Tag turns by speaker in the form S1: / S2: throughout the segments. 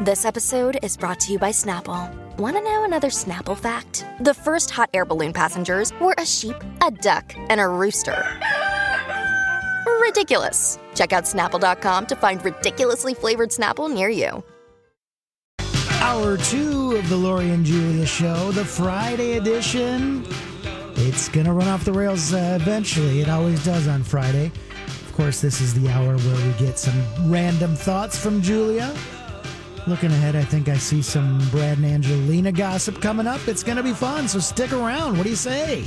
S1: This episode is brought to you by Snapple. Want to know another Snapple fact? The first hot air balloon passengers were a sheep, a duck, and a rooster. Ridiculous. Check out snapple.com to find ridiculously flavored Snapple near you.
S2: Hour two of the Lori and Julia show, the Friday edition. It's going to run off the rails uh, eventually. It always does on Friday. Of course, this is the hour where we get some random thoughts from Julia. Looking ahead, I think I see some Brad and Angelina gossip coming up. It's going to be fun, so stick around. What do you say?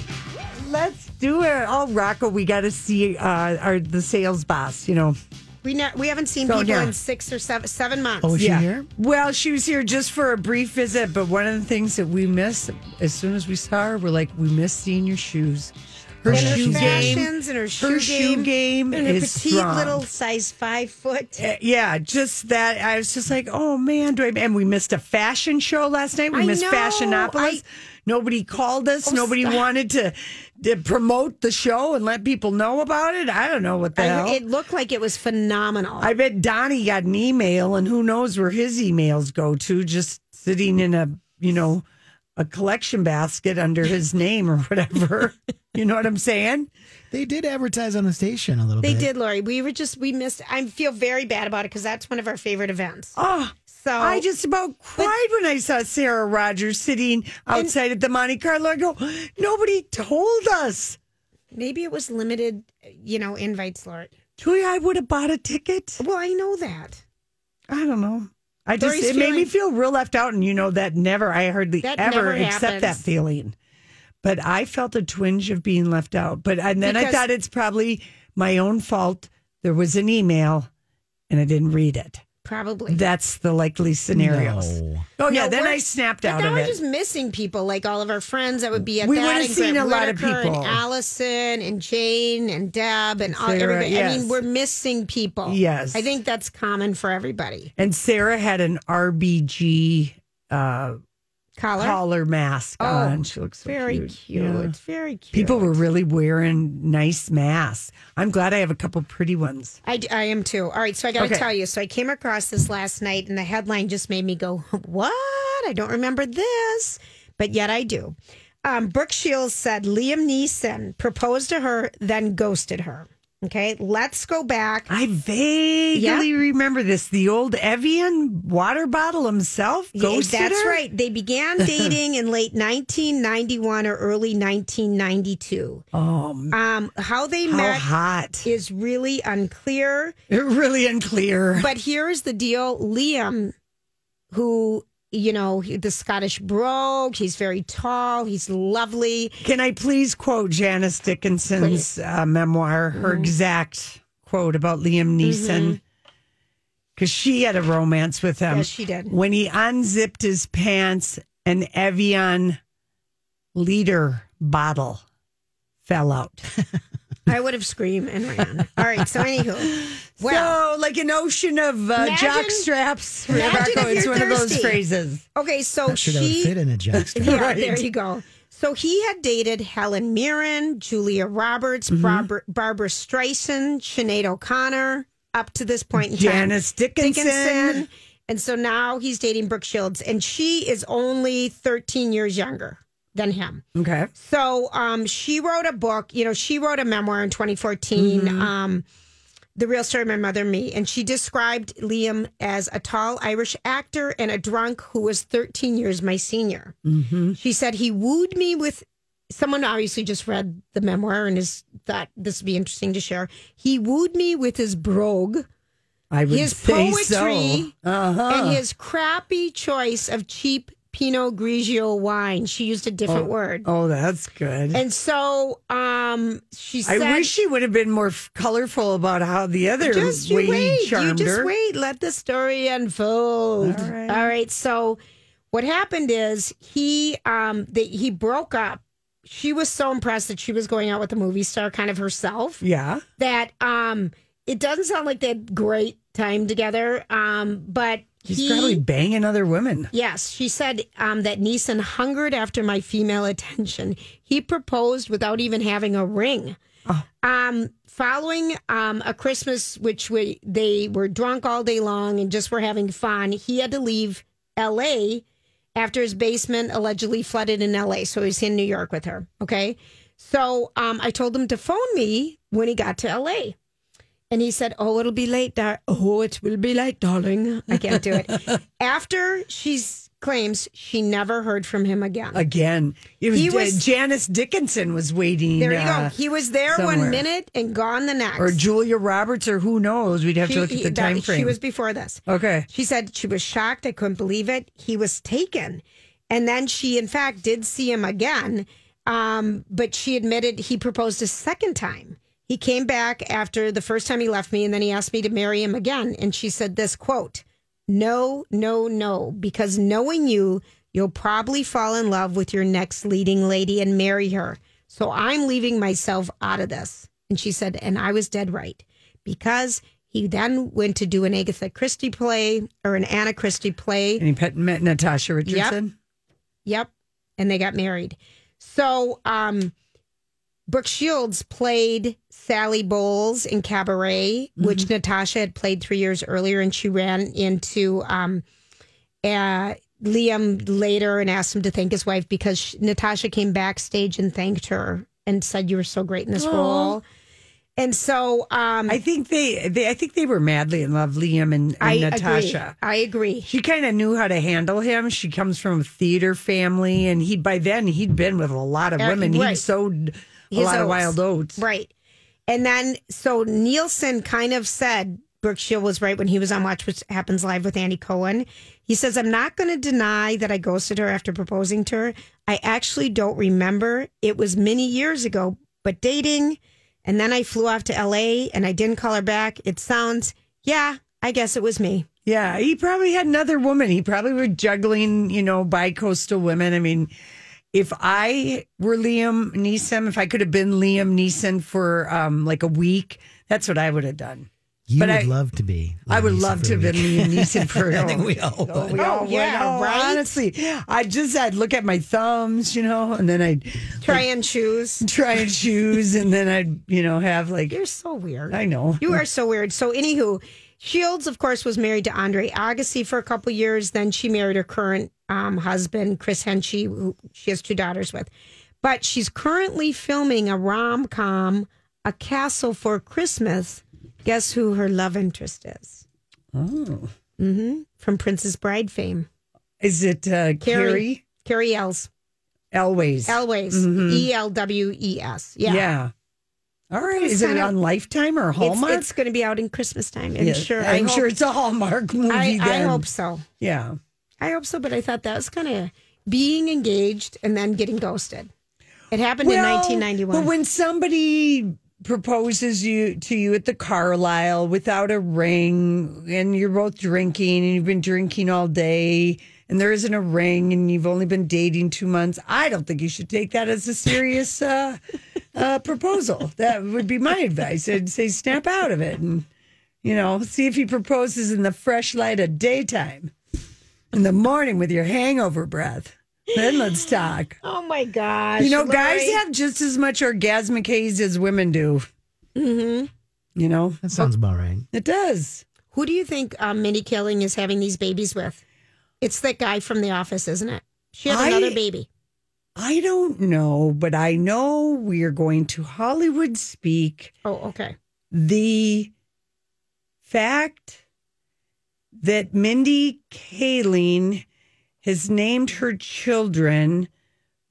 S3: Let's do it. Oh, Rocco, we got to see uh, our the sales boss. You know,
S4: We ne- we haven't seen
S3: So,
S4: people
S3: yeah.
S4: in six or seven seven months.
S2: Oh, is she here?
S3: Well, she was here just for a brief visit, but one of the things that we miss as soon as we saw her, we're like, we miss seeing your shoes. Her
S2: And her
S3: shoe game,
S4: fashions and her shoe
S3: her
S4: game
S3: shoe game
S4: and
S3: is
S4: a petite
S3: strong.
S4: little size five foot.
S3: Uh, Yeah, just that. I was just like, oh man, do I? And we missed a fashion show last night. We
S4: I
S3: missed
S4: know,
S3: Fashionopolis.
S4: I- Oh,
S3: Nobody called us. Nobody
S4: stop.
S3: wanted to, to promote the show and let people know about it. I don't know what the hell.
S4: I, it looked like it was phenomenal.
S3: I bet Donnie got an email, and who knows where his emails go to? Just sitting in a you know a collection basket under his name or whatever. you know what I'm saying?
S2: They did advertise on the station a little
S4: they
S2: bit.
S4: did, Lori. We were just we missed. I feel very bad about it because that's one of our favorite events.
S3: Oh,
S4: So
S3: I just about cried when I saw Sarah Rogers sitting outside at the Monte Carlo. I go, nobody told us.
S4: maybe it was limited, you know, invites, Lori.
S3: Julie, I would have bought a ticket.
S4: Well, I know that.
S3: I don't know. I just
S4: Lori's
S3: it made me feel
S4: feeling-
S3: real left out, and you know that never I hardly
S4: That
S3: ever
S4: never
S3: accept that
S4: happens.
S3: feeling. But I felt a twinge of being left out. But and then I
S4: Because-
S3: thought it's probably my own fault. There was an email, and I didn't read it.
S4: Probably.
S3: That's the likely scenarios.
S2: No.
S3: Oh yeah,
S4: No,
S3: then
S4: we're-
S3: I snapped
S4: but
S3: out
S4: now
S3: of
S4: we're
S3: it.
S4: just missing people, like all of our friends that would be at
S3: We
S4: that.
S3: would've
S4: and
S3: seen
S4: Grant
S3: a lot of
S4: Whitaker
S3: people.
S4: And Allison and Jane and Deb and all,
S3: Sarah,
S4: everybody. I
S3: yes.
S4: mean, we're missing people.
S3: Yes.
S4: I think that's common for everybody.
S3: And Sarah had an RBG uh,
S4: Collar.
S3: collar mask
S4: Oh,
S3: on. She looks so
S4: very cute.
S3: Yeah.
S4: Very cute.
S3: People were really wearing nice masks. I'm glad I have a couple pretty ones.
S4: I, I am too. All right, so I got to
S3: Okay.
S4: tell you. So I came across this last night, and the headline just made me go, "What? I don't remember this," but yet I do. Um, Brooke Shields said Liam Neeson proposed to her, then ghosted her. Okay, let's go back.
S3: I vaguely
S4: Yeah.
S3: remember this. The old Evian water bottle himself.
S4: Yeah,
S3: Ghosted
S4: that's
S3: her?
S4: right. They began dating in late 1991 or early 1992.
S3: Oh, m-
S4: Um, how they
S3: how
S4: met
S3: hot.
S4: is really unclear.
S3: It really unclear.
S4: But here's the deal Liam, who, you know, he- the Scottish brogue, he's very tall, he's lovely.
S3: Can I please quote Janice Dickinson's uh, memoir, her
S4: Mm-hmm.
S3: exact quote about Liam Neeson? Because she had a romance with him.
S4: Yes, she did.
S3: When he unzipped his pants, an Evian liter bottle fell out.
S4: I would have screamed and ran. All right, so anywho. Well,
S3: so, like an ocean of uh,
S4: Imagine-
S3: jock straps.
S4: imagine
S3: Rebecca,
S4: if
S3: it's
S4: you're
S3: one of those
S4: thirsty.
S3: phrases.
S4: okay,
S3: Oh,
S4: so
S2: Not sure that would
S4: she.
S2: fit in a jockstrap.
S4: Yeah,
S3: Right.
S4: there you go. So he had dated Helen Mirren, Julia Roberts,
S3: Mm-hmm.
S4: Barbara, Barbara Streisand, Sinead O'Connor, up to this point in
S3: Janice
S4: time.
S3: Dickinson.
S4: And so now he's dating Brooke Shields, and she is only 13 years younger than him.
S3: Okay.
S4: So um, she wrote a book, you know, she wrote a memoir in 2014,
S3: Mm-hmm.
S4: um, The Real Story of My Mother and Me. And she described Liam as a tall Irish actor and a drunk who was 13 years my senior.
S3: Mm-hmm.
S4: She said he wooed me with someone obviously just read the memoir and is thought this would be interesting to share. He wooed me with his brogue
S3: I would
S4: His
S3: say
S4: poetry
S3: so. Uh-huh.
S4: and his crappy choice of cheap Pinot Grigio wine. She used a different word.
S3: Oh, that's good.
S4: And so um, she
S3: I
S4: said,
S3: wish she would have been more f- colorful about how the other
S4: just you
S3: lady
S4: wait.
S3: charmed
S4: You just
S3: her.
S4: wait. Let the story unfold.
S3: All right.
S4: All right. So what happened is he um they, he broke up. She was so impressed that she was going out with a movie star kind of herself
S3: Yeah.
S4: that um it doesn't sound like they had great time together. Um, but
S3: He's
S4: he,
S3: probably banging other women.
S4: Yes, she said um, that Neeson hungered after my female attention. He proposed without even having a ring. Um, following um, a Christmas, which we, they were drunk all day long and just were having fun, he had to leave L.A. after his basement allegedly flooded in L.A. So he was in New York with her. Okay, so um, I told him to phone me when he got to L.A. And he said, "Oh, it'll be late, dar- oh, it will be late, darling. I can't do it." After she claims she never heard from him again.
S3: Again, it was,
S4: He
S3: uh,
S4: was-
S3: Janice Dickinson was waiting.
S4: there you
S3: uh,
S4: go. He was there
S3: somewhere.
S4: one minute and gone the next.
S3: or Julia Roberts, or who knows? We'd have
S4: She-
S3: to look at
S4: he-
S3: the
S4: that-
S3: time frame.
S4: She was before this.
S3: okay.
S4: She said she was shocked. I couldn't believe it. He was taken. And then she, in fact, did see him again. Um, but she admitted he proposed a second time. He came back after the first time he left me, and then he asked me to marry him again. And she said this quote, No, no, no, because knowing you, you'll probably fall in love with your next leading lady and marry her. So I'm leaving myself out of this. And she said, And I was dead right because he then went to do an Agatha Christie play or an Anna Christie play.
S3: And he pet, met Natasha Richardson.
S4: Yep. And they got married. So, um, Brooke Shields played Sally Bowles in Cabaret, which
S3: Mm-hmm.
S4: Natasha had played three years earlier, and she ran into um, uh, Liam later and asked him to thank his wife because she, Natasha came backstage and thanked her and said, "You were so great in this role." And so, um,
S3: I think they, they, I think they were madly in love, Liam and, and Natasha.
S4: Agree. I agree.
S3: She kind of knew how to handle him. She comes from a theater family, and he by then he'd been with a lot of
S4: Uh,
S3: women. He
S4: right.
S3: sowed a
S4: His
S3: lot of
S4: oats.
S3: wild oats.
S4: Right. And then, so Nielsen kind of said Brooke Shield was right when he was on Watch What Happens Live with Andy Cohen. He says, I'm not going to deny that I ghosted her after proposing to her. I actually don't remember. It was many years ago, but dating. And then I flew off to LA and I didn't call her back. It sounds, yeah, I guess it was me.
S3: Yeah, he probably had another woman. He probably was juggling, you know, bi-coastal women. I mean, if I were Liam Neeson, if I could have been Liam Neeson for um, like a week, that's what I would have done.
S2: You
S3: But
S2: would
S3: I-
S2: love to be.
S3: I would
S2: Lisa
S3: love to
S2: for a
S3: have been
S2: week.
S3: Liam Neeson for.
S2: I think we all
S3: Oh,
S2: would.
S3: we
S4: Oh,
S3: all would.
S4: yeah,
S3: Oh,
S4: right?
S3: Honestly, I just I'd look at my thumbs, you know, and then I'd
S4: Try and choose.
S3: try and choose, and then I'd you know have like
S4: You're so weird.
S3: I know
S4: You are so weird. So, anywho, Shields, of course, was married to Andre Agassi for a couple years. Then she married her current um, husband, Chris Henchy, who she has two daughters with. But she's currently filming a rom com, A Castle for Christmas. Guess who her love interest is?
S3: Oh.
S4: hmm From Princess Bride fame.
S3: Is it uh, Carrie
S4: Carrie. Carrie Ells.
S3: Elways?
S4: Elways. E L W E S. Yeah.
S3: Yeah. All right.
S4: It's
S3: Is it
S4: kind of-
S3: on Lifetime or
S4: It's,
S3: Hallmark?
S4: it's going to be out in Christmas time. I'm
S3: Yeah,
S4: sure. I
S3: I'm
S4: hope-
S3: sure it's a Hallmark movie.
S4: I, I
S3: then.
S4: hope so.
S3: Yeah.
S4: I hope so, but I thought that was kind of being engaged and then getting ghosted. It happened in
S3: Well,
S4: 1991.
S3: But when somebody proposes you to you at the Carlisle without a ring, and you're both drinking, and you've been drinking all day, and there isn't a ring, and you've only been dating two months, I don't think you should take that as a serious uh, uh, proposal. That would be my advice. I'd say snap out of it and. You know, see if he proposes in the fresh light of daytime, in the morning with your hangover breath. Then let's talk.
S4: oh my gosh.
S3: You know, guys
S4: Lori.
S3: have just as much orgasmic haze as women do. Mm-hmm. You know,
S2: That sounds about right.
S3: it does.
S4: Who do you think um, Minnie Kaling is having these babies with? It's that guy from The Office, isn't it? She had
S3: I-
S4: another baby.
S3: I don't know, but I know we are going to Hollywood speak.
S4: Oh, okay.
S3: The fact that Mindy Kaling has named her children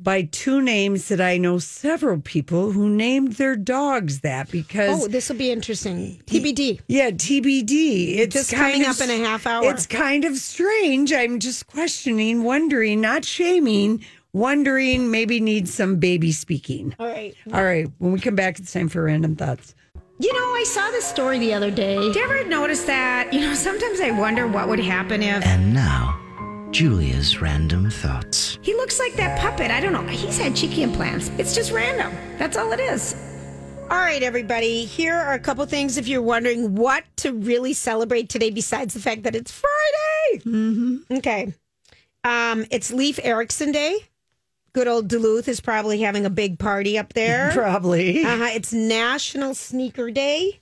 S3: by two names that I know several people who named their dogs that because
S4: Oh, this will be interesting. TBD.
S3: yeah, TBD. It's
S4: Just
S3: kind
S4: coming
S3: of-
S4: up in a half hour.
S3: It's kind of strange. I'm just questioning, wondering, not shaming, wondering. Maybe needs some baby speaking.
S4: All right.
S3: All right, when we come back, it's time for random thoughts.
S5: You know, I saw this story the other day.
S4: Do you ever notice that? You know, sometimes I wonder what would happen if
S6: And now, Julia's random thoughts.
S4: he looks like that puppet. I don't know. He's had cheeky implants. It's just random. That's all it is. All right, everybody. Here are a couple things if you're wondering what to really celebrate today, besides the fact that it's Friday. Mm-hmm. Okay. Um, it's Leaf Erickson Day. Good old Duluth is probably having a big party up there.
S3: Probably.
S4: Uh-huh. It's National Sneaker Day.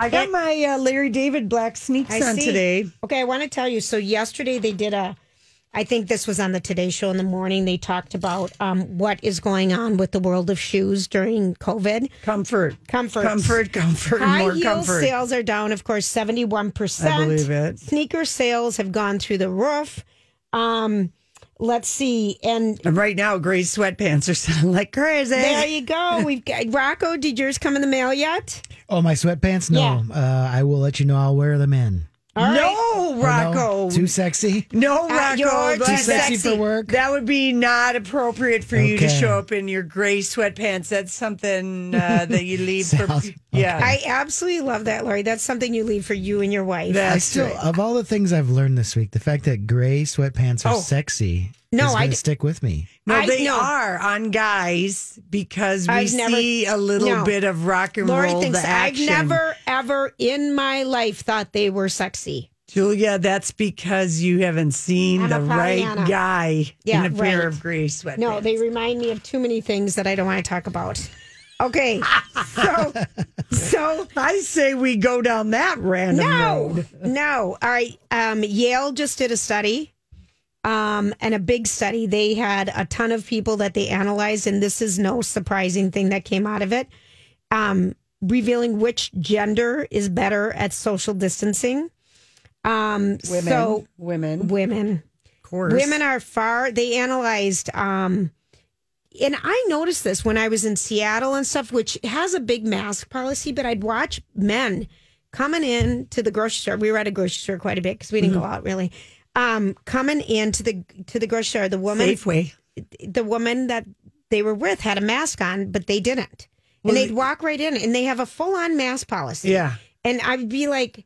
S3: I got my uh, Larry David black sneaks
S4: I
S3: on
S4: see.
S3: today.
S4: Okay, I want to tell you. So yesterday they did a. I think this was on the Today Show in the morning. They talked about um, what is going on with the world of shoes during COVID.
S3: Comfort,
S4: Comfort,
S3: comfort, comfort,
S4: High
S3: more
S4: heel
S3: comfort.
S4: sales are down, of course, seventy one percent.
S3: I believe it.
S4: Sneaker sales have gone through the roof. Um, let's see, and
S3: And right now, gray sweatpants are selling like crazy.
S4: there you go. We've got Rocco. Did yours come in the mail yet?
S2: Oh, my sweatpants? No. Uh, I will let you know. I'll wear them in.
S3: no,
S2: Oh,
S3: Rocco.
S2: no? Too sexy?
S3: No,
S4: Uh,
S3: Rocco.
S4: you're too
S3: that's-
S2: sexy for work.
S3: That would be not appropriate for you to
S2: Okay.
S3: show up in your gray sweatpants. That's something uh, that you leave for.
S2: Sounds-
S3: Yeah,
S4: I absolutely love that, Lori. That's something you leave for you and your wife.
S3: that's
S2: I still,
S3: right.
S2: of all the things I've learned this week, the fact that gray sweatpants are
S3: Oh.
S2: sexy
S4: No,
S2: is
S4: I
S2: going
S4: d-
S2: to stick with me.
S3: No,
S4: I-
S3: they
S4: no.
S3: are on guys because we
S4: I've never-
S3: see a little
S4: no.
S3: bit of rock and
S4: Lori
S3: roll.
S4: thinks
S3: the action.
S4: I've never ever in my life thought they were sexy.
S3: Julia, that's because you haven't seen
S4: I'm
S3: the
S4: a
S3: right
S4: Pollyanna.
S3: guy
S4: Yeah,
S3: in a pair
S4: right.
S3: of gray sweatpants.
S4: No, they remind me of too many things that I don't want to talk about. Okay. So so
S3: I say we go down that random
S4: no.
S3: road.
S4: No. All right. Um Yale just did a study. Um, and a big study. They had a ton of people that they analyzed, and this is no surprising thing that came out of it. Um, revealing which gender is better at social distancing. Um,
S3: Women,
S4: so
S3: women, of
S4: women,
S3: course.
S4: Women are far. They analyzed, um, and I noticed this when I was in Seattle and stuff, which has a big mask policy. But I'd watch men coming in to the grocery store. We were at a grocery store quite a bit because we didn't go out really. Um, coming into the to the grocery store, the woman,
S3: Safeway.
S4: the woman that they were with had a mask on, but they didn't.
S3: Well,
S4: And they'd walk right in, and they have a full on mask policy.
S3: Yeah.
S4: And I'd be like,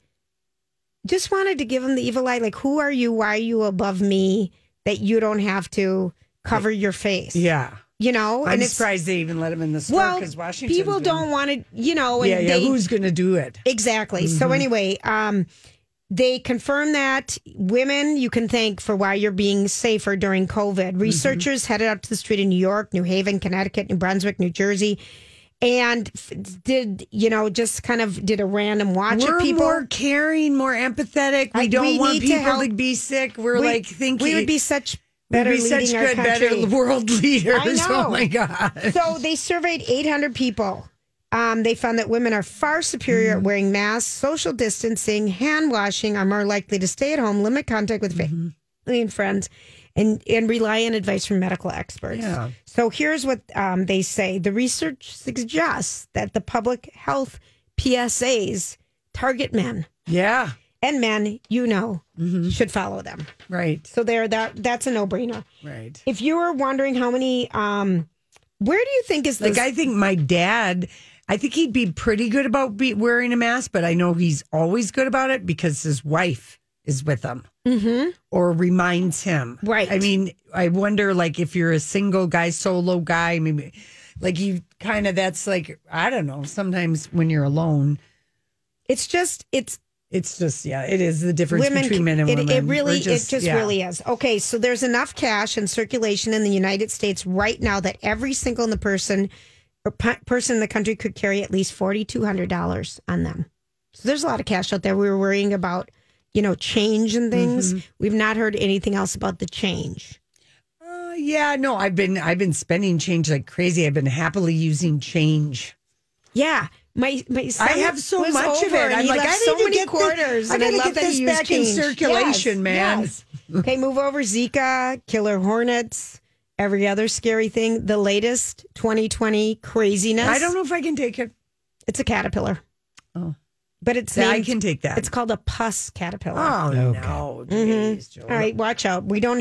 S4: just wanted to give him the evil eye. Like, who are you? Why are you above me that you don't have to cover your face?
S3: Yeah.
S4: You know?
S3: I'm
S4: and it's
S3: surprised they even let him in the store
S4: well,
S3: because Washington.
S4: people don't want to, you know, and
S3: yeah, yeah.
S4: they
S3: Who's Mm-hmm. going to do it?
S4: exactly. So anyway, um, they confirm that women you can thank for why you're being safer during
S3: Mm-hmm.
S4: COVID. Researchers headed up to the street in New York, New Haven, Connecticut, New Brunswick, New Jersey, and f- did you know just kind of did a random watch
S3: We're
S4: of people.
S3: more caring, more empathetic. We
S4: Like,
S3: don't
S4: we
S3: want
S4: need to
S3: people to,
S4: help.
S3: be sick. We're
S4: We-
S3: like thinking
S4: we would be such
S3: we'd
S4: better
S3: be
S4: leading
S3: such
S4: our
S3: good,
S4: country.
S3: better world leaders.
S4: know.
S3: Oh my god!
S4: So they surveyed 800 people. Um, they found that women are far superior
S3: Mm-hmm.
S4: at wearing masks, social distancing, hand washing, are more likely to stay at home, limit contact with
S3: Mm-hmm.
S4: family and friends, and, and rely on advice from medical experts.
S3: Yeah.
S4: So here's what um, they say the research suggests that the public health PSAs target men,
S3: Yeah,
S4: and men you know
S3: Mm-hmm.
S4: should follow them.
S3: right,
S4: So there, that that's a no brainer.
S3: right.
S4: If you were wondering how many, um, where do you think is the
S3: Like I think my dad, I think he'd be pretty good about be wearing a mask, but I know he's always good about it because his wife is with him Mm-hmm. or reminds him.
S4: Right.
S3: I mean, I wonder like if you're a single guy, solo guy, maybe like you kind of that's like I don't know. Sometimes when you're alone,
S4: It's just it's
S3: it's just yeah, it is the difference
S4: women.
S3: between men and
S4: it,
S3: women.
S4: it really
S3: We're
S4: it just
S3: yeah.
S4: really is. Okay, so there's enough cash in circulation in the United States right now that every single in the person or pe- person in the country could carry at least forty two hundred dollars on them. So there's a lot of cash out there. We were worrying about you know change and things.
S3: Mm-hmm.
S4: We've not heard anything else about the change.
S3: Uh, yeah, no, I've been I've been spending change like crazy. I've been happily using change.
S4: Yeah. My my son
S3: I have so
S4: was
S3: much of
S4: over
S3: it.
S4: and
S3: I'm
S4: he
S3: like,
S4: left
S3: I
S4: so
S3: need to
S4: many
S3: get thi-
S4: quarters.
S3: I
S4: and I
S3: gotta
S4: love
S3: get
S4: that
S3: this
S4: he used
S3: back in
S4: change.
S3: circulation,
S4: Yes,
S3: man.
S4: yes. okay, move over Zika, killer hornets, every other scary thing. The latest 2020 craziness.
S3: I don't know if I can take it.
S4: It's a caterpillar. Oh. But it's
S3: Yeah, I
S4: named-
S3: can take that.
S4: It's called a pus caterpillar.
S3: Oh,
S2: Okay.
S3: no. Jeez, Joel.
S4: Mm-hmm. All right, watch out. We don't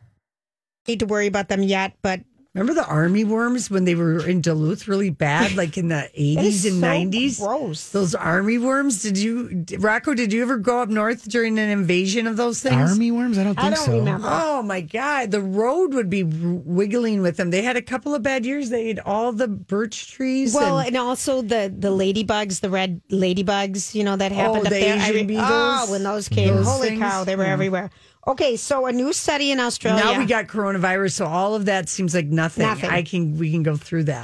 S4: need to worry about them yet, but
S3: Remember the army worms when they were in Duluth really bad, like in the
S4: That is
S3: eighties and
S4: so
S3: nineties?
S4: gross.
S3: Those army worms. Did you, Rocco? Did you ever go up north during an invasion of those things?
S2: Army worms? I don't think
S4: I don't
S2: so.
S4: remember.
S3: Oh my God! The road would be wiggling with them. They had a couple of bad years. They ate all the birch trees.
S4: Well,
S3: and-
S4: and also the the ladybugs, the red ladybugs, you know that happened
S3: Oh,
S4: up
S3: the
S4: there.
S3: Asian beetles.
S4: Oh, when those came,
S3: Those
S4: holy
S3: things.
S4: cow, they were everywhere. Okay, so a new study in Australia.
S3: now we got coronavirus, so all of that seems like nothing.
S4: Nothing.
S3: I can we can go through that.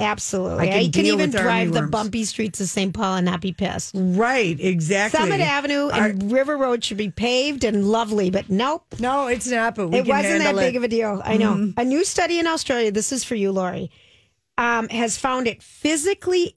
S3: I
S4: absolutely.
S3: can
S4: you can
S3: deal
S4: even
S3: with army
S4: drive the
S3: worms.
S4: bumpy streets of St. Paul and not be pissed.
S3: Right, exactly.
S4: Summit Avenue and River Road should be paved and lovely, but nope.
S3: No, it's not. But we
S4: it
S3: can
S4: wasn't that
S3: handle
S4: big
S3: it. Mm-hmm.
S4: of a deal. I know. A new study in Australia, this is for you, Lori, um, has found it physically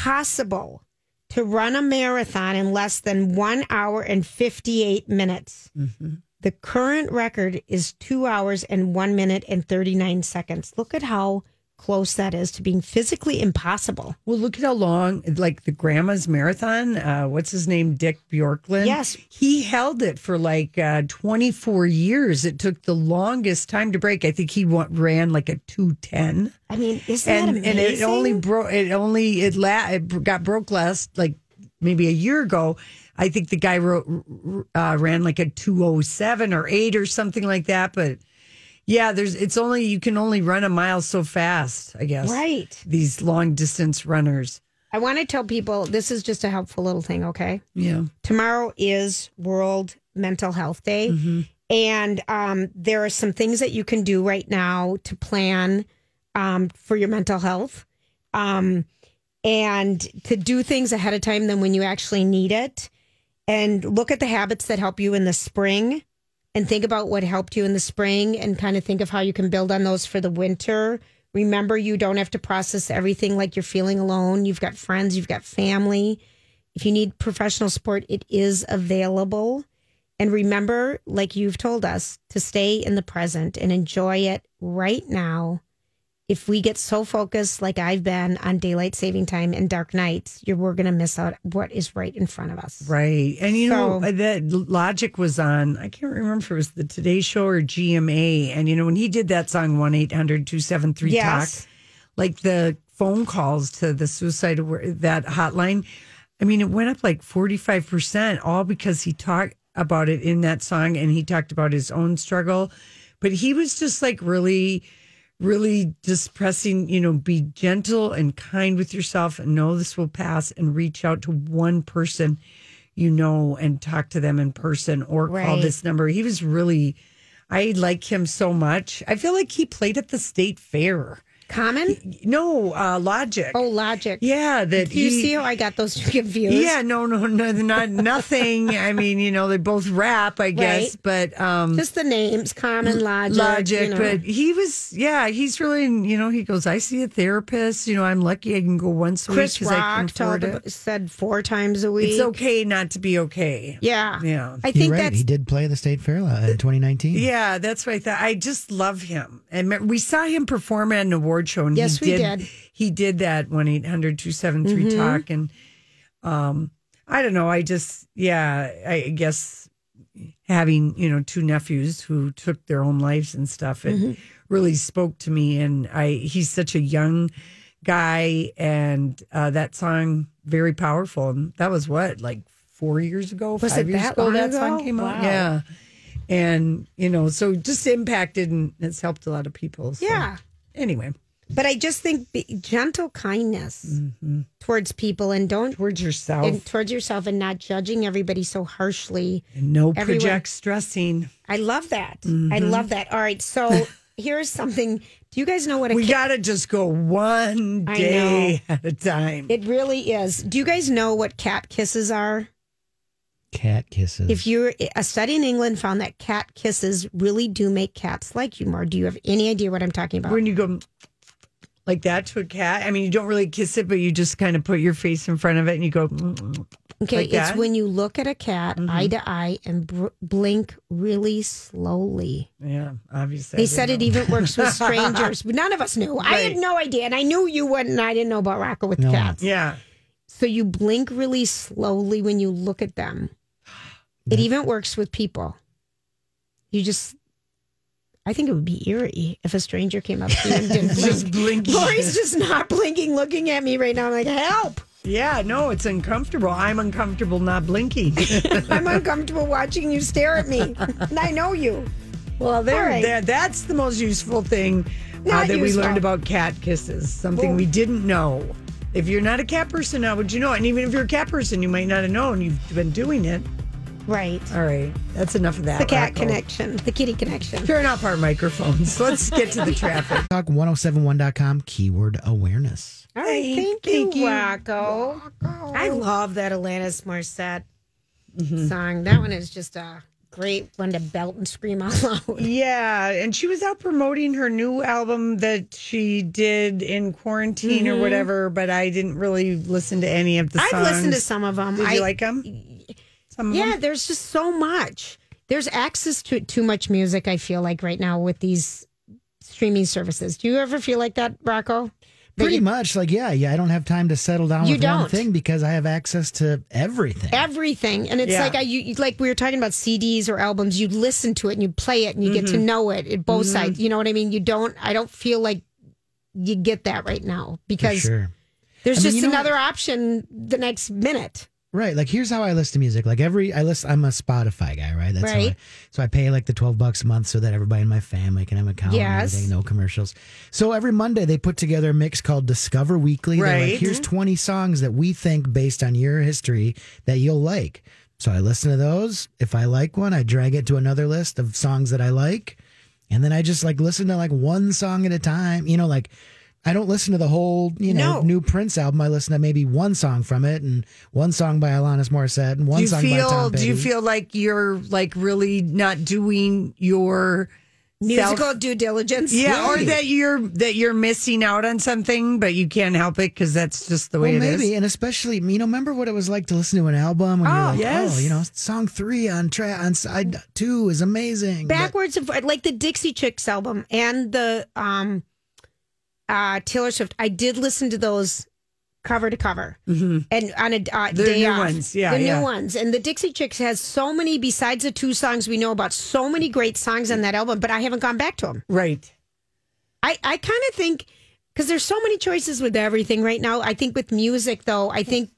S4: impossible to run a marathon in less than one hour and 58 minutes.
S3: Mm-hmm.
S4: The current record is two hours and one minute and 39 seconds. Look at how close that is to being physically impossible.
S3: Well, look at how long, like the grandma's marathon. Uh, what's his name? Dick Bjorklund.
S4: Yes.
S3: He held it for like uh, 24 years. It took the longest time to break. I think he wa- ran like a 210.
S4: I mean, isn't that
S3: And,
S4: amazing?
S3: and it only broke, it only, it, la- it br- got broke last, like maybe a year ago. I think the guy wrote, uh, ran like a 207 or 8 or something like that. But yeah, there's, it's only, you can only run a mile so fast, I guess.
S4: Right.
S3: These long distance runners.
S4: I want to tell people this is just a helpful little thing, okay?
S3: Yeah.
S4: tomorrow is World Mental Health Day. And um, there are some things that you can do right now to plan um, for your mental health um, and to do things ahead of time than when you actually need it. And look at the habits that help you in the spring and think about what helped you in the spring and kind of think of how you can build on those for the winter. Remember, you don't have to process everything like you're feeling alone. You've got friends, you've got family. If you need professional support, it is available. And remember, like you've told us, to stay in the present and enjoy it right now. If we get so focused, like I've been, on daylight saving time and dark nights, you're, we're going to miss out what is right in front of us.
S3: Right. And you
S4: So-
S3: know, uh, that logic was on, I can't remember if it was the Today Show or GMA. And you know, when he did that song, 1 800 273
S4: Yes.
S3: Talk, like the phone calls to the suicide, aware- that hotline, I mean, it went up like 45%, all because he talked about it in that song and he talked about his own struggle. But he was just like really, really just pressing, you know, be gentle and kind with yourself and know this will pass and reach out to one person you know and talk to them in person or call
S4: Right.
S3: this number. He was really, I like him so much. I feel like he played at the state fair.
S4: Common?
S3: No, uh, Logic.
S4: Oh, logic.
S3: yeah. That
S4: Do you
S3: he-
S4: see how I got those two confused?
S3: yeah, no, no, no, not nothing. I mean, you know, they both rap, I guess, but um,
S4: Just the names, common logic.
S3: logic.
S4: you know.
S3: But he was, yeah, he's really, you know, he goes, I see a therapist. You know, I'm lucky I can go once a
S4: Chris
S3: week because I can
S4: Rock
S3: afford
S4: told,
S3: it.
S4: said four times a week.
S3: It's okay not to be okay.
S4: Yeah.
S3: Yeah.
S4: I
S2: You're
S4: think
S2: right.
S4: that's
S2: He did play the state fair lot in 2019.
S3: Yeah, that's what I thought. I just love him. And me- we saw him perform at an award show. And
S4: Yes,
S3: he
S4: we
S3: did,
S4: did. Mm-hmm.
S3: He did that 1 800 273 Talk. And um, I don't know. I just, yeah, I guess having, you know, two nephews who took
S4: Mm-hmm.
S3: their own lives and stuff, it really spoke to me. And I, he's such a young guy, and uh, that song very powerful. And that was what like four years ago,
S4: Was
S3: five
S4: it
S3: years
S4: that
S3: ago
S4: long
S3: that
S4: ago?
S3: song came out.
S4: Wow.
S3: Yeah, and you know, so just impacted and it's helped a lot of people. so.
S4: Yeah.
S3: Anyway,
S4: But I just think be, gentle kindness towards people and don't
S3: Mm-hmm. towards yourself,
S4: and towards yourself and not judging everybody so harshly.
S3: and no
S4: everyone-
S3: project stressing.
S4: I love that. I
S3: Mm-hmm.
S4: love that. All right, so here's something. Do you guys know what a
S3: We
S4: ki-
S3: gotta just go one
S4: I
S3: day at a time.
S4: it really is? Do you guys know what cat kisses are?
S2: Cat
S3: Mm-hmm.
S2: kisses.
S4: If you're a study in England found that cat kisses really do make cats like you more. Do you have any idea what I'm talking about?
S3: when you go like that to a cat, I mean, you don't really kiss it, but you just kind of put your face in front of it and you go. "Mm-mm."
S4: Okay,
S3: Like
S4: it's
S3: that? Mm-hmm.
S4: when you look at a cat eye to eye and br- blink really slowly.
S3: Yeah, obviously. I
S4: They
S3: didn't
S4: said it
S3: know.
S4: even works with strangers, but none of us knew. I had
S3: Right.
S4: no idea, and I knew you wouldn't. and I didn't know about Rocco with
S2: No.
S4: cats.
S3: Yeah,
S4: So you blink really slowly when you look at them. It even works with people. You just, I think it would be eerie if a stranger came up to you and didn't blink.
S3: just blinking.
S4: Lori's just not blinking, looking at me right now. I'm like, help!
S3: Yeah, no, it's uncomfortable. I'm uncomfortable not blinking.
S4: I'm uncomfortable watching you stare at me, and I know you.
S3: well, there,
S4: All right.
S3: there, that's the most useful thing uh,
S4: Not
S3: that we
S4: useful.
S3: learned about cat kisses. Something we didn't know. If you're not a cat person, how would you know? And even if you're a cat person, you might not have known you've been doing it.
S4: Right.
S3: All right, that's enough of that.
S4: The cat
S3: Rocco.
S4: connection, the kitty connection.
S3: Turn off our microphones. Let's get to the traffic.
S2: Talk1071.com, keyword awareness.
S4: All right, thank,
S3: Thank
S4: you,
S3: you,
S4: Rocco. I love that Alanis Morissette song. That one is just a great one to belt and scream out loud.
S3: Yeah, and she was out promoting her new album that she did in quarantine or whatever, but I didn't really listen to any of the songs.
S4: I've listened to some of them.
S3: Did
S4: I,
S3: you like them? Some of 'em?
S4: yeah, there's just so much. There's access to too much music. I feel like right now with these streaming services. Do you ever feel like that, Rocco? That
S2: Pretty
S4: you-
S2: much, like yeah, yeah. I don't have time to settle down
S4: You
S2: with one
S4: don't.
S2: thing because I have access to everything.
S4: everything and it's
S3: Yeah.
S4: like I, you, like we were talking about cds or albums you listen to it and you play it and you get
S2: Mm-hmm.
S4: to know it at both sides you know what i mean you don't i don't feel like you get that right now
S2: for
S4: because
S2: sure.
S4: there's
S2: I mean,
S4: just
S2: you know
S4: another option the next minute
S2: Right. Like here's how I listen to music. Like every I list I'm a Spotify guy, right? That's how
S4: Right.
S2: I, so I pay like the twelve bucks a month so that everybody in my family can have an account and
S4: Yes.
S2: everything, no commercials. So every Monday they put together a mix called Discover Weekly. They're
S3: Right.
S2: Like, here's twenty songs that we think based on your history that you'll like. So I listen to those. If I like one, I drag it to another list of songs that I like. And then I just like listen to like one song at a time. You know, like I don't listen to the whole, you know,
S4: No.
S2: new Prince album. I listen to maybe one song from it and one song by Alanis Morissette and one
S3: do you
S2: song by
S3: feel
S2: Tom
S3: do you
S2: Petty.
S3: feel like you're like really not doing your
S4: musical
S3: self-
S4: due diligence
S3: yeah, or
S2: Right.
S3: that you're that you're missing out on something, but you can't help it because that's just the
S2: well,
S3: way it is.
S2: maybe, and especially, you know, remember what it was like to listen to an album when
S3: Oh,
S2: you're like,
S3: yes.
S2: oh, you know, song three on track on side two is amazing. But-
S4: backwards and forward, like the Dixie Chicks album and the um uh Taylor Swift. I did listen to those cover to cover and on a uh,
S3: Mm-hmm. The
S4: day
S3: new
S4: off.
S3: ones, yeah,
S4: the
S3: yeah.
S4: new ones. And the Dixie Chicks has so many besides the two songs we know about. So many great songs on that album, but I haven't gone back to them.
S3: Right.
S4: I I kind of think because there's so many choices with everything right now. I think with music though, I think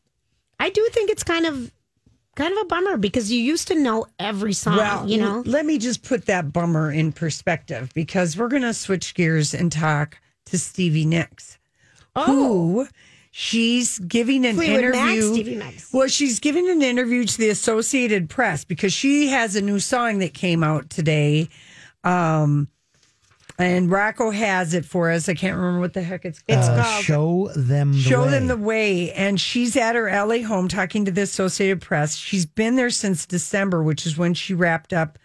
S4: I do think it's kind of kind of a bummer because you used to know every song. you
S3: l-
S4: know.
S3: let me just put that bummer in perspective because we're going to switch gears and talk to Stevie Nicks.
S4: Oh.
S3: Who she's giving an
S4: Fleetwood Mac,
S3: interview.
S4: Stevie Nicks.
S3: Well, she's giving an interview to the Associated Press because she has a new song that came out today. Um, and Rocco has it for us. I can't remember what the heck it's called.
S2: Uh, show them the
S3: Show
S2: way.
S3: them the way. And she's at her LA home talking to the Associated Press. She's been there since December, which is when she wrapped up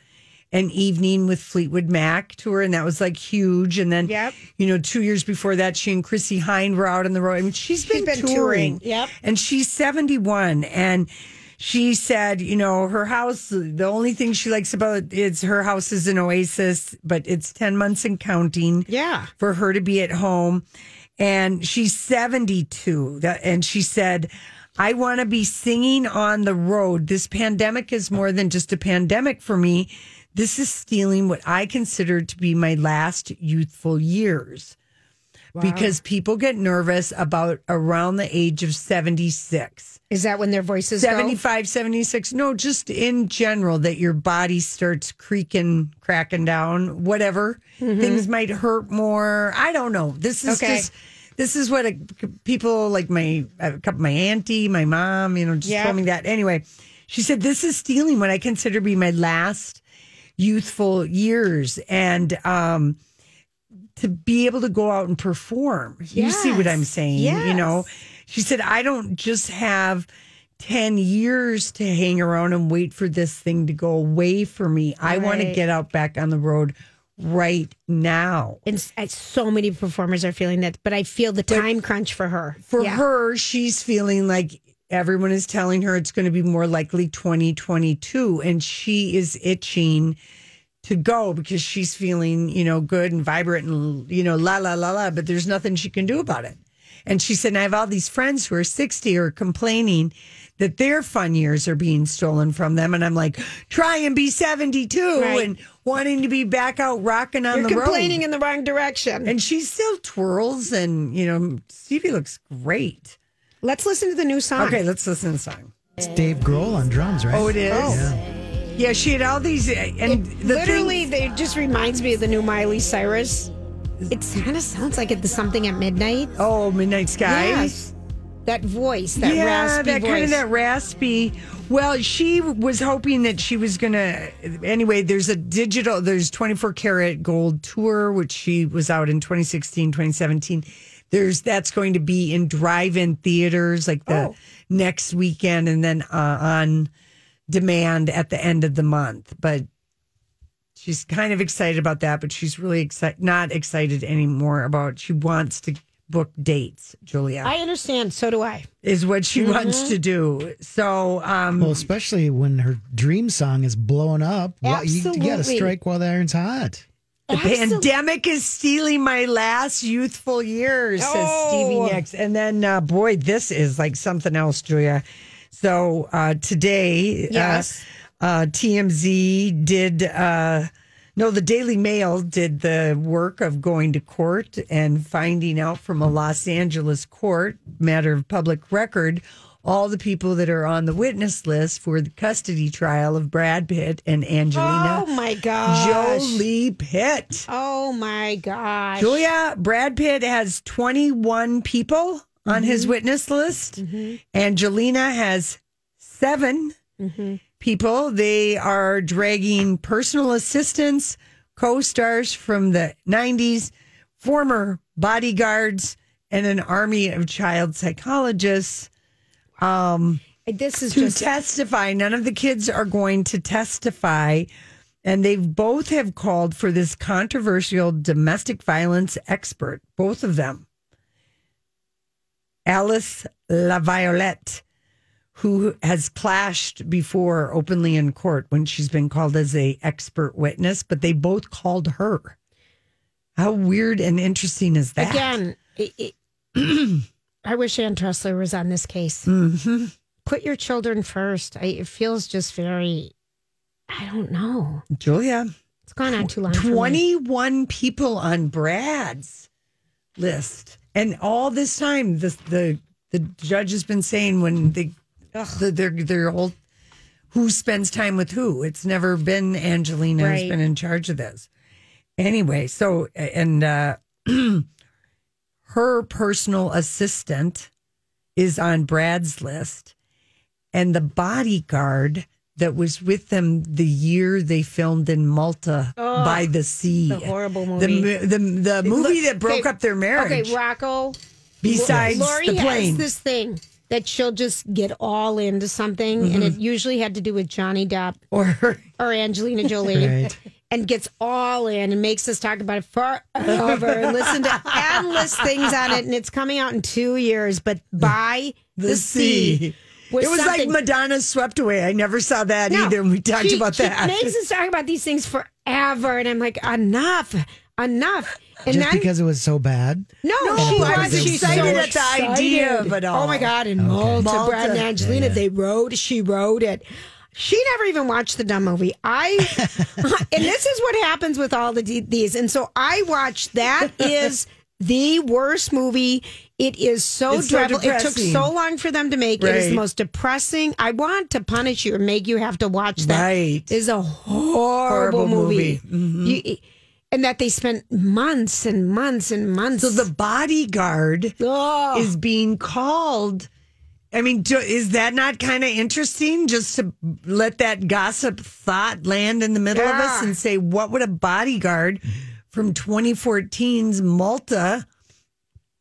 S3: an evening with Fleetwood Mac tour. And that was like huge. And then,
S4: Yep.
S3: you know, two years before that, she and Chrissy Hine were out on the road. I mean, she's been,
S4: been touring.
S3: touring.
S4: Yep.
S3: And she's 71. And she said, you know, her house, the only thing she likes about it is her house is an oasis, but it's 10 months and counting
S4: Yeah.
S3: for her to be at home. And she's 72. That- And she said, I want to be singing on the road. This pandemic is more than just a pandemic for me. This is stealing what I consider to be my last youthful years. because people get nervous about around the age of 76.
S4: Is that when their voices go?
S3: 75, 76. No, just in general, that your body starts creaking, cracking down, whatever. Things might hurt more. I don't know. This is
S4: Mm-hmm. Okay.
S3: just. This is what it, people like my a couple, my auntie, my mom, you know, just
S4: Yeah.
S3: told me that. Anyway, she said this is stealing what I consider to be my last youthful years, and um, to be able to go out and perform. You see what I'm
S4: Yes.
S3: saying? You know, she said, I don't just have 10 years to hang around and wait for this thing to go away for me. I want to
S4: Right.
S3: get out back on the road right now.
S4: And s- I- so many performers are feeling that, but I feel the time crunch for her.
S3: For
S4: Yeah.
S3: her, she's feeling like everyone is telling her it's going to be more likely 2022, and she is itching to go because she's feeling, you know, good and vibrant and, you know, la, la, la, la, but there's nothing she can do about it. And she said, and I have all these friends who are 60 are complaining that their fun years are being stolen from them. And I'm like, try and be 72
S4: Right.
S3: and wanting to be back out rocking on
S4: You're
S3: the road.
S4: complaining in the wrong direction.
S3: and she still twirls and, you know, Stevie looks great.
S4: Let's listen to the new song.
S3: Okay, let's listen to the song.
S2: It's Dave Grohl on drums, right?
S3: Oh, it is. Yeah, she had all these, uh, and the
S4: Literally, they it just reminds me of the new Miley Cyrus. It kind of sounds like it's something at midnight.
S3: thing- oh, Midnight Sky.
S4: Yes. That voice, that
S3: yeah,
S4: raspy
S3: that
S4: voice.
S3: kind of that raspy. Well, she was hoping that she was gonna. Anyway, there's a digital. There's 24 karat gold tour, which she was out in 2016, 2017. There's that's going to be in drive-in theaters like the
S4: Oh.
S3: next weekend, and then uh, on demand at the end of the month. But she's kind of excited about that, but she's really excited, not excited anymore about. She wants to book dates, Julia
S4: I understand. So do I.
S3: is what she
S4: Mm-hmm.
S3: wants to do. So, um,
S2: Well, especially when her dream song is blowing up. Why- you- You got to
S4: Absolutely.
S2: strike while the iron's hot.
S3: the pandemic is stealing my last youthful years, says Stevie
S4: Oh.
S3: Nicks. And then, uh, boy, this is like something else, Julia. So, uh, today,
S4: Yes.
S3: uh, uh, TMZ did, uh, no, the Daily Mail did the work of going to court and finding out from a Los Angeles court, matter of public record, all the people that are on the witness list for the custody trial of Brad Pitt and Angelina
S4: Oh my gosh.
S3: Jolie Pitt.
S4: Oh my gosh.
S3: Julia, Brad Pitt has 21 people on his witness list. Angelina has 7 people. They are dragging personal assistants, co stars from the 90s, former bodyguards, and an army of child psychologists
S4: This is
S3: to
S4: just
S3: testify. None of the kids are going to testify. And they both have called for this controversial domestic violence expert, both of them. Alice LaViolette, who has clashed before openly in court when she's been called as a expert witness, but they both called her. How weird and interesting is that?
S4: again. It, it, I wish Ann Tressler was on this case.
S3: hmm
S4: Put your children first. I, it feels just very. I don't know.
S3: Julia.
S4: It's gone on too long. for me.
S3: 21 people on Brad's list. And all this time, the the, the judge has been saying when they, the, their, their whole, who spends time with who. It's never been Angelina who's
S4: Right.
S3: been in charge of this. Anyway, so, and uh, her personal assistant is on Brad's list. And the bodyguard that was with them the year they filmed in Malta by the sea.
S4: the horrible
S3: The,
S4: movie.
S3: mo- the, the movie that broke
S4: okay,
S3: up their marriage.
S4: Okay, Rocco.
S3: besides
S4: Lori
S3: the
S4: has
S3: plane.
S4: this thing that she'll just get all into something, and it usually had to do with Johnny Depp
S3: Mm-hmm. or
S4: or Angelina Jolie,
S2: Right.
S4: and gets all in and makes us talk about it forever and listen to endless things on it, and it's coming out in two years. But by the,
S3: the, sea.
S4: sea,
S3: It was like
S4: something-
S3: Madonna swept away. I never saw that
S4: No,
S3: either. And we talked
S4: she-
S3: about
S4: she
S3: that.
S4: Makes us talk about these things forever, and I'm like, enough, enough. And
S2: Just
S4: then
S2: because it was so bad.
S4: No,
S3: No,
S4: she
S3: I
S4: was,
S3: was
S4: she's so
S3: excited at the idea
S4: excited.
S3: of it all.
S4: Oh my God, and Malta,
S3: Malta.
S4: Brad and Angelina, they wrote, she wrote it. She never even watched the dumb movie. I, and this is what happens with all the d- these. And so I watched that is the worst movie. It is so
S3: It's so
S4: dreadful. it took
S3: depressing.
S4: so long for them to make. It is
S3: Right.
S4: the most depressing. I want to punish you and make you have to watch that.
S3: Right.
S4: It is a horrible,
S3: Horrible
S4: movie.
S3: movie. Mm-hmm.
S4: You- and that they spent months and months and months.
S3: So the bodyguard
S4: Ugh.
S3: is being called. I mean, do, is that not kind of interesting? Just to let that gossip thought land in the middle of us
S4: Yeah.
S3: and say, what would a bodyguard from 2014's Malta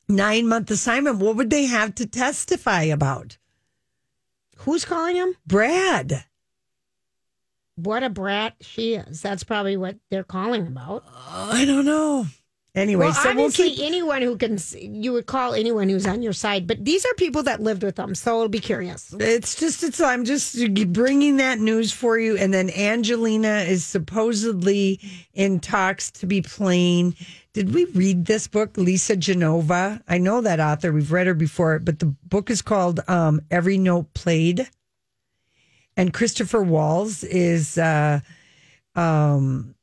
S3: nine month assignment? What would they have to testify about?
S4: who's calling him?
S3: Brad.
S4: What a brat she is. That's probably what they're calling about.
S3: Uh, I don't know. Anyway,
S4: Well,
S3: so we'll
S4: obviously,
S3: keep.
S4: anyone who can, you would call anyone who's on your side, but these are people that lived with them, so it'll be curious.
S3: It's just, it's, I'm just bringing that news for you. And then Angelina is supposedly in talks to be playing. Did we read this book, Lisa Genova? I know that author. We've read her before, but the book is called um, Every Note Played. And Christopher Walls is, uh, um,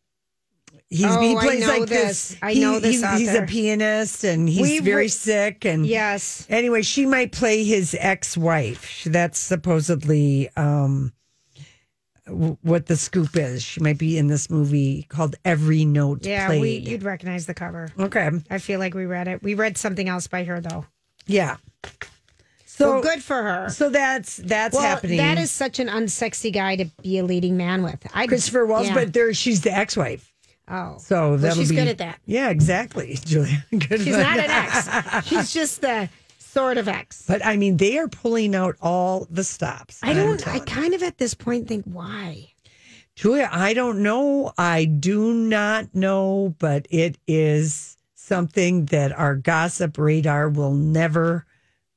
S3: he's, he
S4: Oh, I
S3: plays
S4: know
S3: like this.
S4: this. I
S3: he-
S4: know this
S3: he's- He's a
S4: author.
S3: pianist and he's
S4: We
S3: very
S4: re-
S3: sick. And
S4: Yes.
S3: Anyway, she might play his ex-wife. She- That's supposedly um, w- what the scoop is. She might be in this movie called Every Note
S4: Yeah, we,
S3: Played.
S4: you'd recognize the cover.
S3: okay,
S4: I feel like we read it. We read something else by her, though.
S3: yeah. So
S4: So good for her.
S3: So that's that's
S4: well,
S3: happening.
S4: that is such an unsexy guy to be a leading man with. I
S3: Christopher Walls,
S4: yeah.
S3: but there she's the ex-wife.
S4: oh,
S3: So
S4: well,
S3: that'll
S4: she's
S3: be
S4: good at that.
S3: Yeah, exactly, Julia. Good
S4: She's
S3: for
S4: not an
S3: that.
S4: ex. She's just the sort of ex.
S3: But I mean, they are pulling out all the stops.
S4: I
S3: I'm
S4: don't.
S3: telling
S4: I kind of at this point think why.
S3: Julia, I don't know. I do not know, but it is something that our gossip radar will never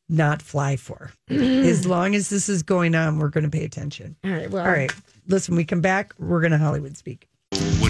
S3: not fly for. as long as this is going on, we're going to pay attention.
S4: All right. Well.
S3: All right. Listen, we come back, we're going to Hollywood speak.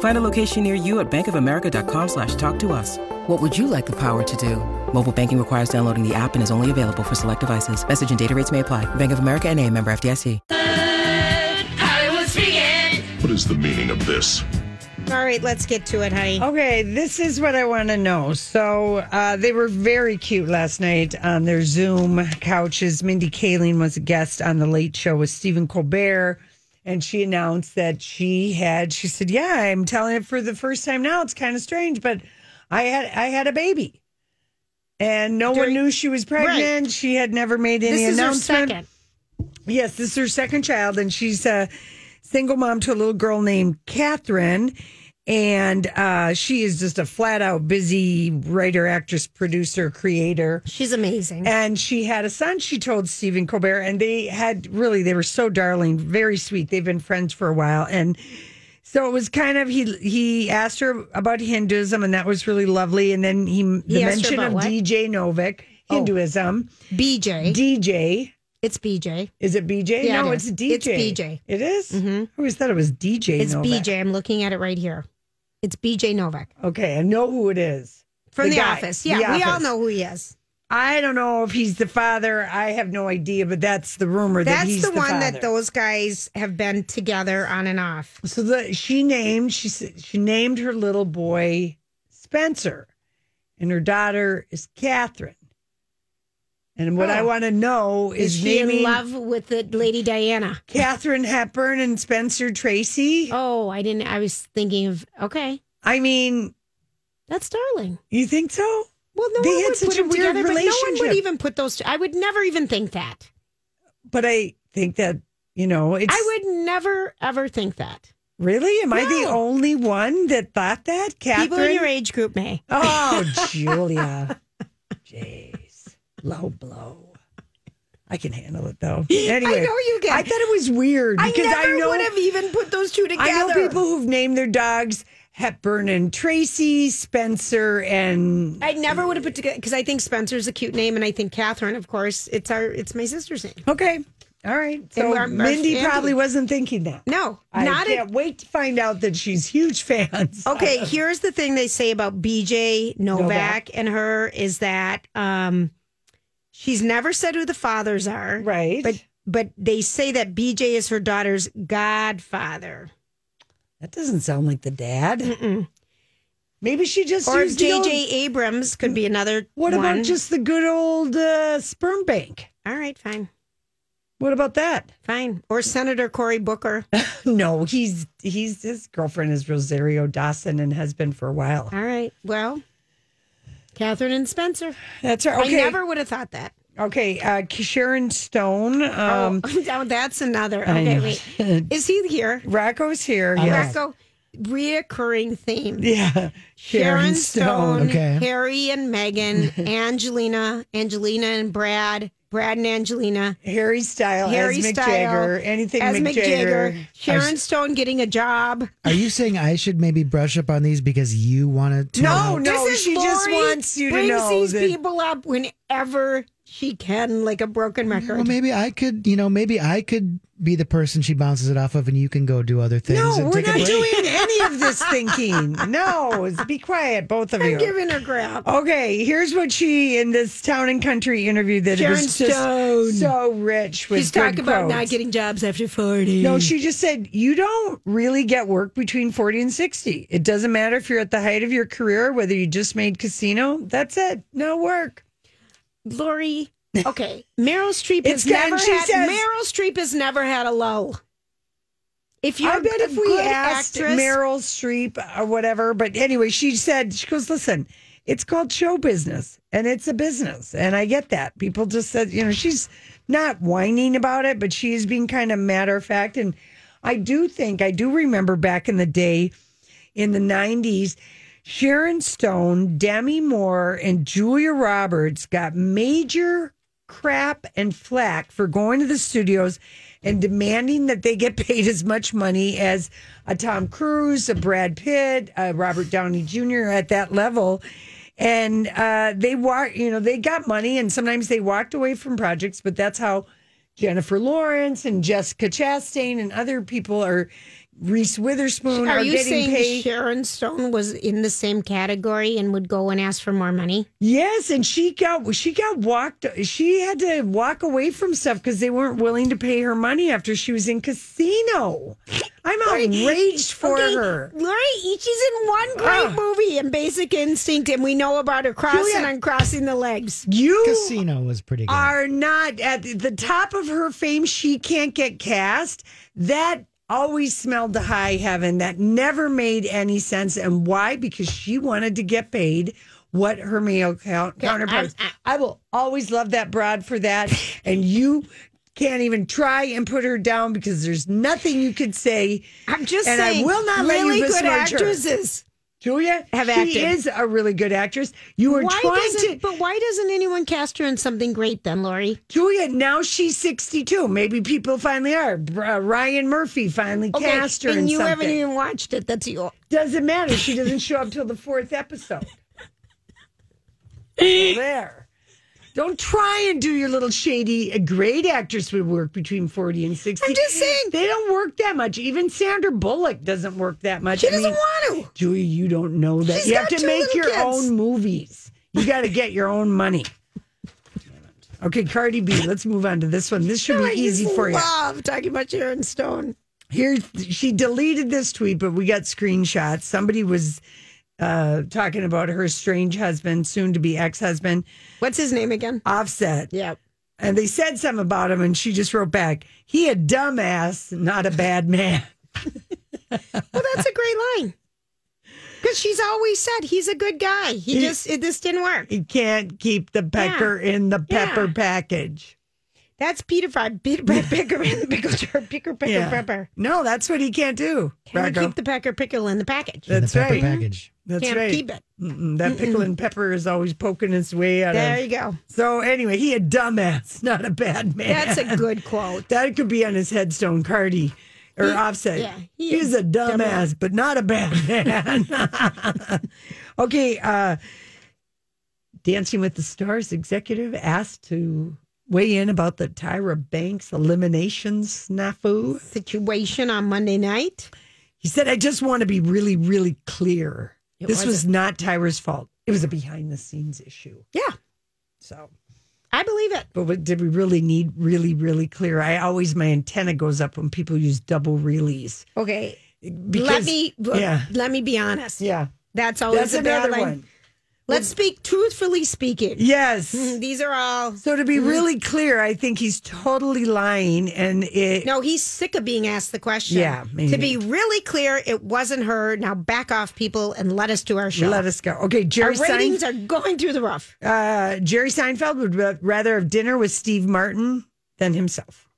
S7: Find a location near you at bankofamerica.com slash talk to us. What would you like the power to do? Mobile banking requires downloading the app and is only available for select devices. Message and data rates may apply. Bank of America and a member FDIC.
S8: What is the meaning of this?
S4: All right. Let's get to it, honey.
S3: Okay, this is what I want to know. So uh, they were very cute last night on their Zoom couches. Mindy Kaling was a guest on the Late Show with Stephen Colbert, and she announced that she had. She said, "Yeah, I'm telling it for the first time now. It's kind of strange, but I had I had a baby, and no
S4: During-
S3: one knew she was pregnant. She had never made any
S4: This is her
S3: announcement.
S4: second.
S3: Yes, this is her second child, and she's a single mom to a little girl named Catherine. And uh, she is just a flat out busy writer, actress, producer, creator.
S4: She's amazing.
S3: And she had a son, she told Stephen Colbert. And they had really, they were so darling, very sweet. They've been friends for a while. And so it was kind of, he he asked her about Hinduism, and that was really lovely. And then he, the
S4: He asked her
S3: mention
S4: about
S3: of
S4: what? Oh.
S3: DJ Novik, Hinduism,
S4: BJ.
S3: DJ.
S4: it's BJ.
S3: Is it BJ?
S4: Yeah,
S3: no,
S4: it
S3: it's
S4: is.
S3: DJ.
S4: It's BJ.
S3: It is? I always thought it was DJ.
S4: It's
S3: Novak.
S4: BJ. I'm looking at it right here. It's BJ Novak
S3: Okay, I know who it is.
S4: from The,
S3: guy,
S4: Office. Yeah,
S3: The
S4: we all
S3: Office.
S4: know who he is.
S3: I don't know if he's the father. I have no idea, but that's the rumor that
S4: That's
S3: he's
S4: the, one that
S3: father.
S4: those guys have been together on and off.
S3: So the, she named she said she named her little boy Spencer, and her daughter is Catherine. And what I
S4: Oh.
S3: want to know
S4: Is
S3: is,
S4: she
S3: naming
S4: in love with the Lady Diana?
S3: Catherine Hepburn and Spencer Tracy.
S4: Oh, I didn't. I was thinking of okay.
S3: I mean,
S4: That's darling.
S3: you think so?
S4: Well, no
S3: They
S4: one
S3: had
S4: would
S3: such a
S4: put them
S3: weird
S4: together, but no one
S3: relationship.
S4: would even put those. Two, I would never even think that.
S3: But I think that you know it's
S4: I would never ever think that.
S3: Really? Am I the only one that thought that? Catherine?
S4: People in your age group may.
S3: Oh, Julia. Jeez. Low blow. I can handle it though. Anyway,
S4: I know you can.
S3: I thought it was weird
S4: I
S3: because I,
S4: never
S3: know
S4: would have even put those two together.
S3: I know people who've named their dogs Hepburn and Tracy, Spencer and
S4: I never would have put together because I think Spencer's a cute name, and I think Catherine, of course, it's our it's my sister's name.
S3: Okay. All right. So
S4: our- our
S3: Mindy
S4: family.
S3: probably wasn't thinking that.
S4: No,
S3: I
S4: not a,
S3: can't wait to find out that she's huge fans.
S4: okay. Here's the thing they say about BJ Novak,
S3: Novak.
S4: and her is that um, she's never said who the fathers are,
S3: Right.
S4: But but they say that BJ is her daughter's godfather.
S3: That doesn't sound like the dad.
S4: Mm-mm.
S3: Maybe she just
S4: Or
S3: used the
S4: JJ
S3: old-
S4: Abrams could be another.
S3: What about
S4: one.
S3: just the good old uh, sperm bank?
S4: All right, fine,
S3: What about that?
S4: fine. Or Senator Cory Booker.
S3: No, he's he's his girlfriend is Rosario Dawson and has been for a while.
S4: All right. Well, Catherine and Spencer.
S3: That's right. Okay,
S4: I never would have thought that.
S3: okay. Uh, Sharon Stone. Um,
S4: oh, now that's another.
S3: I
S4: Okay,
S3: know.
S4: wait. Is he here?
S3: Rocco's here.
S4: Uh-huh.
S3: yes.
S4: Rocco, reoccurring theme.
S3: Yeah.
S4: Sharon Stone,
S2: Okay.
S4: Harry and Meghan, Angelina, Angelina and Brad, Brad and Angelina,
S3: Harry Style.
S4: Harry
S3: as Mick
S4: Style,
S3: Jagger. Anything
S4: as
S3: Mick, Jagger.
S4: Sharon Stone getting a job.
S2: Are you saying I should maybe brush up on these because you wanted to?
S3: No, no.
S4: this is
S3: she just
S4: Lori
S3: wants you to
S4: brings
S3: know
S4: these
S3: that-
S4: people up whenever she can, like a broken record.
S2: Well, maybe I could, you know, maybe I could be the person she bounces it off of, and you can go do other things.
S3: No,
S2: and
S3: we're
S2: take a break.
S3: not doing any of this thinking. No, be quiet, both of
S4: I'm
S3: you.
S4: giving her crap.
S3: Okay, here's what she in this town and country interview that
S4: Sharon
S3: was just
S4: Stone.
S3: so rich with
S4: She's talking
S3: good
S4: about not
S3: quotes.
S4: getting jobs after 40.
S3: No, she just said you don't really get work between 40 and 60. It doesn't matter if you're at the height of your career, whether you just made casino, that's it. No work.
S4: Lori. Okay, Meryl Streep
S3: It's
S4: has never
S3: gotten- she
S4: had.
S3: says-
S4: Meryl Streep has never had a low. If you're
S3: I bet
S4: a
S3: if we
S4: good
S3: asked
S4: actress,
S3: Meryl Streep or whatever, but anyway, she said, she goes, listen, it's called show business and it's a business. And I get that. People just said, you know, she's not whining about it, but she is being kind of matter of fact. And I do think, I do remember back in the day in the 90s, Sharon Stone, Demi Moore, and Julia Roberts got major crap and flack for going to the studios and demanding that they get paid as much money as a Tom Cruise, a Brad Pitt, a Robert Downey Jr. at that level. And uh, they wa- you know, they got money and sometimes they walked away from projects, but that's how Jennifer Lawrence and Jessica Chastain and other people are Reese Witherspoon are,
S4: are you
S3: getting
S4: saying
S3: paid.
S4: Sharon Stone was in the same category and would go and ask for more money?
S3: Yes, and she got she got walked. She had to walk away from stuff because they weren't willing to pay her money after she was in casino. I'm outraged for
S4: okay,
S3: her.
S4: Lori each is in one great
S3: Ugh.
S4: movie and Basic Instinct, and we know about her crossing
S3: Julia-
S4: and crossing the legs.
S3: You
S2: Casino was pretty good.
S3: are not at the top of her fame. She can't get cast. That always smelled the high heaven. That never made any sense. And why? Because she wanted to get paid what her male count, counterparts. I will always love that broad for that. And you can't even try and put her down because there's nothing you could say.
S4: I'm just
S3: And I
S4: saying,
S3: will not let you
S4: really good
S3: besmirch her.
S4: actresses.
S3: Julia,
S4: Have acted.
S3: she is a really good actress. You were
S4: Why
S3: trying to
S4: doesn't, but why doesn't anyone cast her in something great then, Lori?
S3: Julia, now she's 62. Maybe people finally are. Uh, Ryan Murphy finally cast her
S4: and
S3: in
S4: you
S3: something.
S4: haven't even watched it. That's you.
S3: Doesn't matter. She doesn't show up till the fourth episode. So there. Don't try and do your little shady. A great actress would work between 40 and 60.
S4: I'm just saying.
S3: They don't work that much. Even Sandra Bullock doesn't work that much.
S4: She
S3: I
S4: doesn't
S3: mean,
S4: want to.
S3: Julia, you don't know that.
S4: She's
S3: you have
S4: got
S3: to
S4: two
S3: make
S4: little
S3: your
S4: kids.
S3: own movies. You got to get your own money. Okay, Cardi B, let's move on to this one. This should
S4: I
S3: be
S4: just
S3: easy for you.
S4: Love talking about Sharon Stone.
S3: Here, she deleted this tweet, but we got screenshots. Somebody was uh, talking about her strange husband, soon to be ex husband,
S4: What's his name again?
S3: Offset.
S4: Yeah.
S3: And they said something about him, and she just wrote back, he a dumbass, not a bad man.
S4: Well, that's a great line. Because she's always said he's a good guy. He just it, this didn't work.
S3: He can't keep the pecker in the pepper
S4: Yeah.
S3: package.
S4: That's Peter Pan. Peter Pan Picker in the pickle jar. Picker, picker,
S3: Yeah.
S4: pepper.
S3: No, that's what he can't do.
S4: Can
S3: Rocco.
S4: we keep the pecker pickle in the package?
S3: that's
S2: pepper
S3: right.
S2: package.
S3: That's
S4: Can't
S3: right.
S4: keep it.
S3: Mm-mm, that pickle and pepper is always poking its way out.
S4: There
S3: of.
S4: you go.
S3: So anyway, he a dumbass, not a bad man.
S4: That's a good quote.
S3: That could be on his headstone, Cardi or Offset.
S4: yeah, he
S3: he's
S4: is
S3: a dumbass, but not a bad man. okay, uh, Dancing with the Stars executive asked to weigh in about the Tyra Banks elimination snafu.
S4: Situation on Monday night.
S3: He said, "I just want to be really, really clear. this was not Tyra's fault. It was a behind the scenes issue.
S4: Yeah,
S3: So."
S4: I believe it.
S3: But what, did we really need really, really clear? I always, my antenna goes up when people use double reelies.
S4: Okay. let
S3: Because-
S4: me uh,
S3: yeah.
S4: let me be honest.
S3: Yeah.
S4: That's always
S3: That's
S4: a bad
S3: another
S4: line.
S3: one.
S4: Let's speak truthfully speaking.
S3: Yes.
S4: Mm, These are all
S3: So to be really clear, I think he's totally lying. And it,
S4: No, he's sick of being asked the question.
S3: Yeah, maybe.
S4: To be really clear, it wasn't her. Now back off, people, and let us do our show.
S3: let us go. Okay,
S4: Our
S3: Jerry
S4: ratings
S3: Seinfeld.
S4: are going through the roof.
S3: uh, Jerry Seinfeld would ra- rather have dinner with Steve Martin than himself.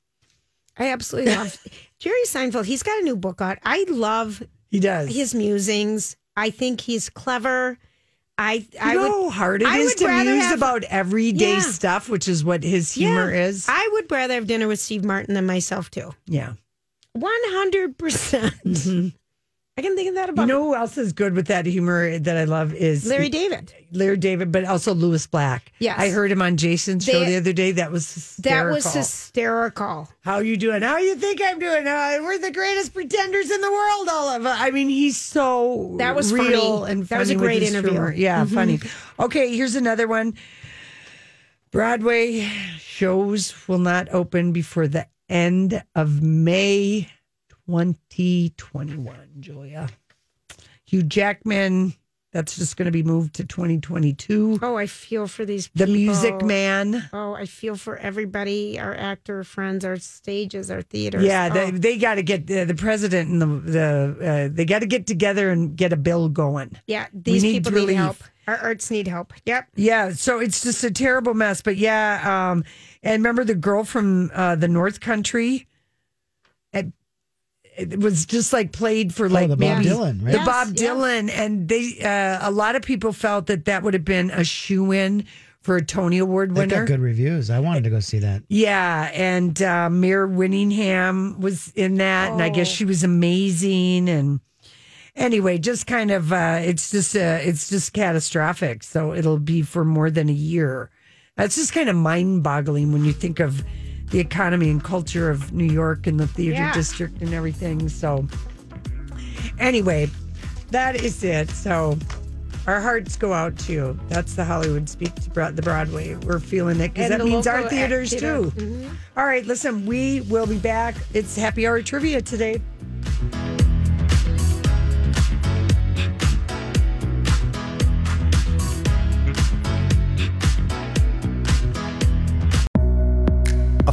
S4: I absolutely love Jerry Seinfeld. He's got a new book out. I love
S3: He does.
S4: his musings. I think he's clever. I
S3: you
S4: I
S3: know
S4: would
S3: how hard it
S4: I
S3: is
S4: would
S3: to
S4: rather
S3: muse
S4: have-
S3: about everyday
S4: Yeah.
S3: stuff, which is what his
S4: Yeah.
S3: humor is.
S4: I would rather have dinner with Steve Martin than myself too.
S3: yeah.
S4: One hundred percent. I can think of that
S3: Mm-hmm.
S4: about
S3: You know who else is good with that humor that I love is
S4: Larry David.
S3: Larry David, but also Lewis Black.
S4: Yes.
S3: I heard him on Jason's show
S4: They-
S3: the other day. That was hysterical.
S4: That was hysterical.
S3: how you doing? How you think I'm doing? Uh, we're the greatest pretenders in the world, all of us. I mean, he's so
S4: That was
S3: real
S4: funny.
S3: and
S4: That was a
S3: funny with
S4: great
S3: his
S4: interview. Mm-hmm.
S3: humor. Yeah, funny. Okay, here's another one. Broadway shows will not open before the end of May 2021, Julia. Hugh Jackman, that's just going to be moved to 2022.
S4: Oh, I feel for these
S3: The
S4: people.
S3: Music Man.
S4: Oh, I feel for everybody, our actor friends, our stages, our theaters.
S3: Yeah,
S4: Oh,
S3: they, they got to get uh, the, the president and the, the uh, they got to get together and get a bill going.
S4: yeah, these
S3: need
S4: people need
S3: relief.
S4: help. Our arts need help. Yep.
S3: Yeah, so it's just a terrible mess. But yeah, um, and remember the girl from uh, the North Country? It, it was just like played for like
S2: Oh, the Bob
S3: maybe
S2: Dylan, right?
S3: the
S4: Yes,
S3: Bob
S4: yeah.
S3: Dylan, and they uh, a lot of people felt that that would have been a shoe in for a Tony Award
S2: That
S3: winner.
S2: got good reviews. I wanted to go see that.
S3: Yeah, and uh, Mayor Winningham was in that, and I guess
S4: Oh.
S3: she was amazing. And anyway, just kind of, uh, it's just, uh, it's just catastrophic. So it'll be for more than a year. That's just kind of mind-boggling when you think of the economy and culture of New York and the theater
S4: Yeah.
S3: district and everything. So anyway, that is it. So. Our hearts go out to you. That's the Hollywood speak to Bro- the Broadway. We're feeling it because
S4: And
S3: that
S4: the
S3: means our
S4: local Mm-hmm.
S3: theaters
S4: theater.
S3: too. All right, listen, we will be back. It's happy hour trivia today.
S9: A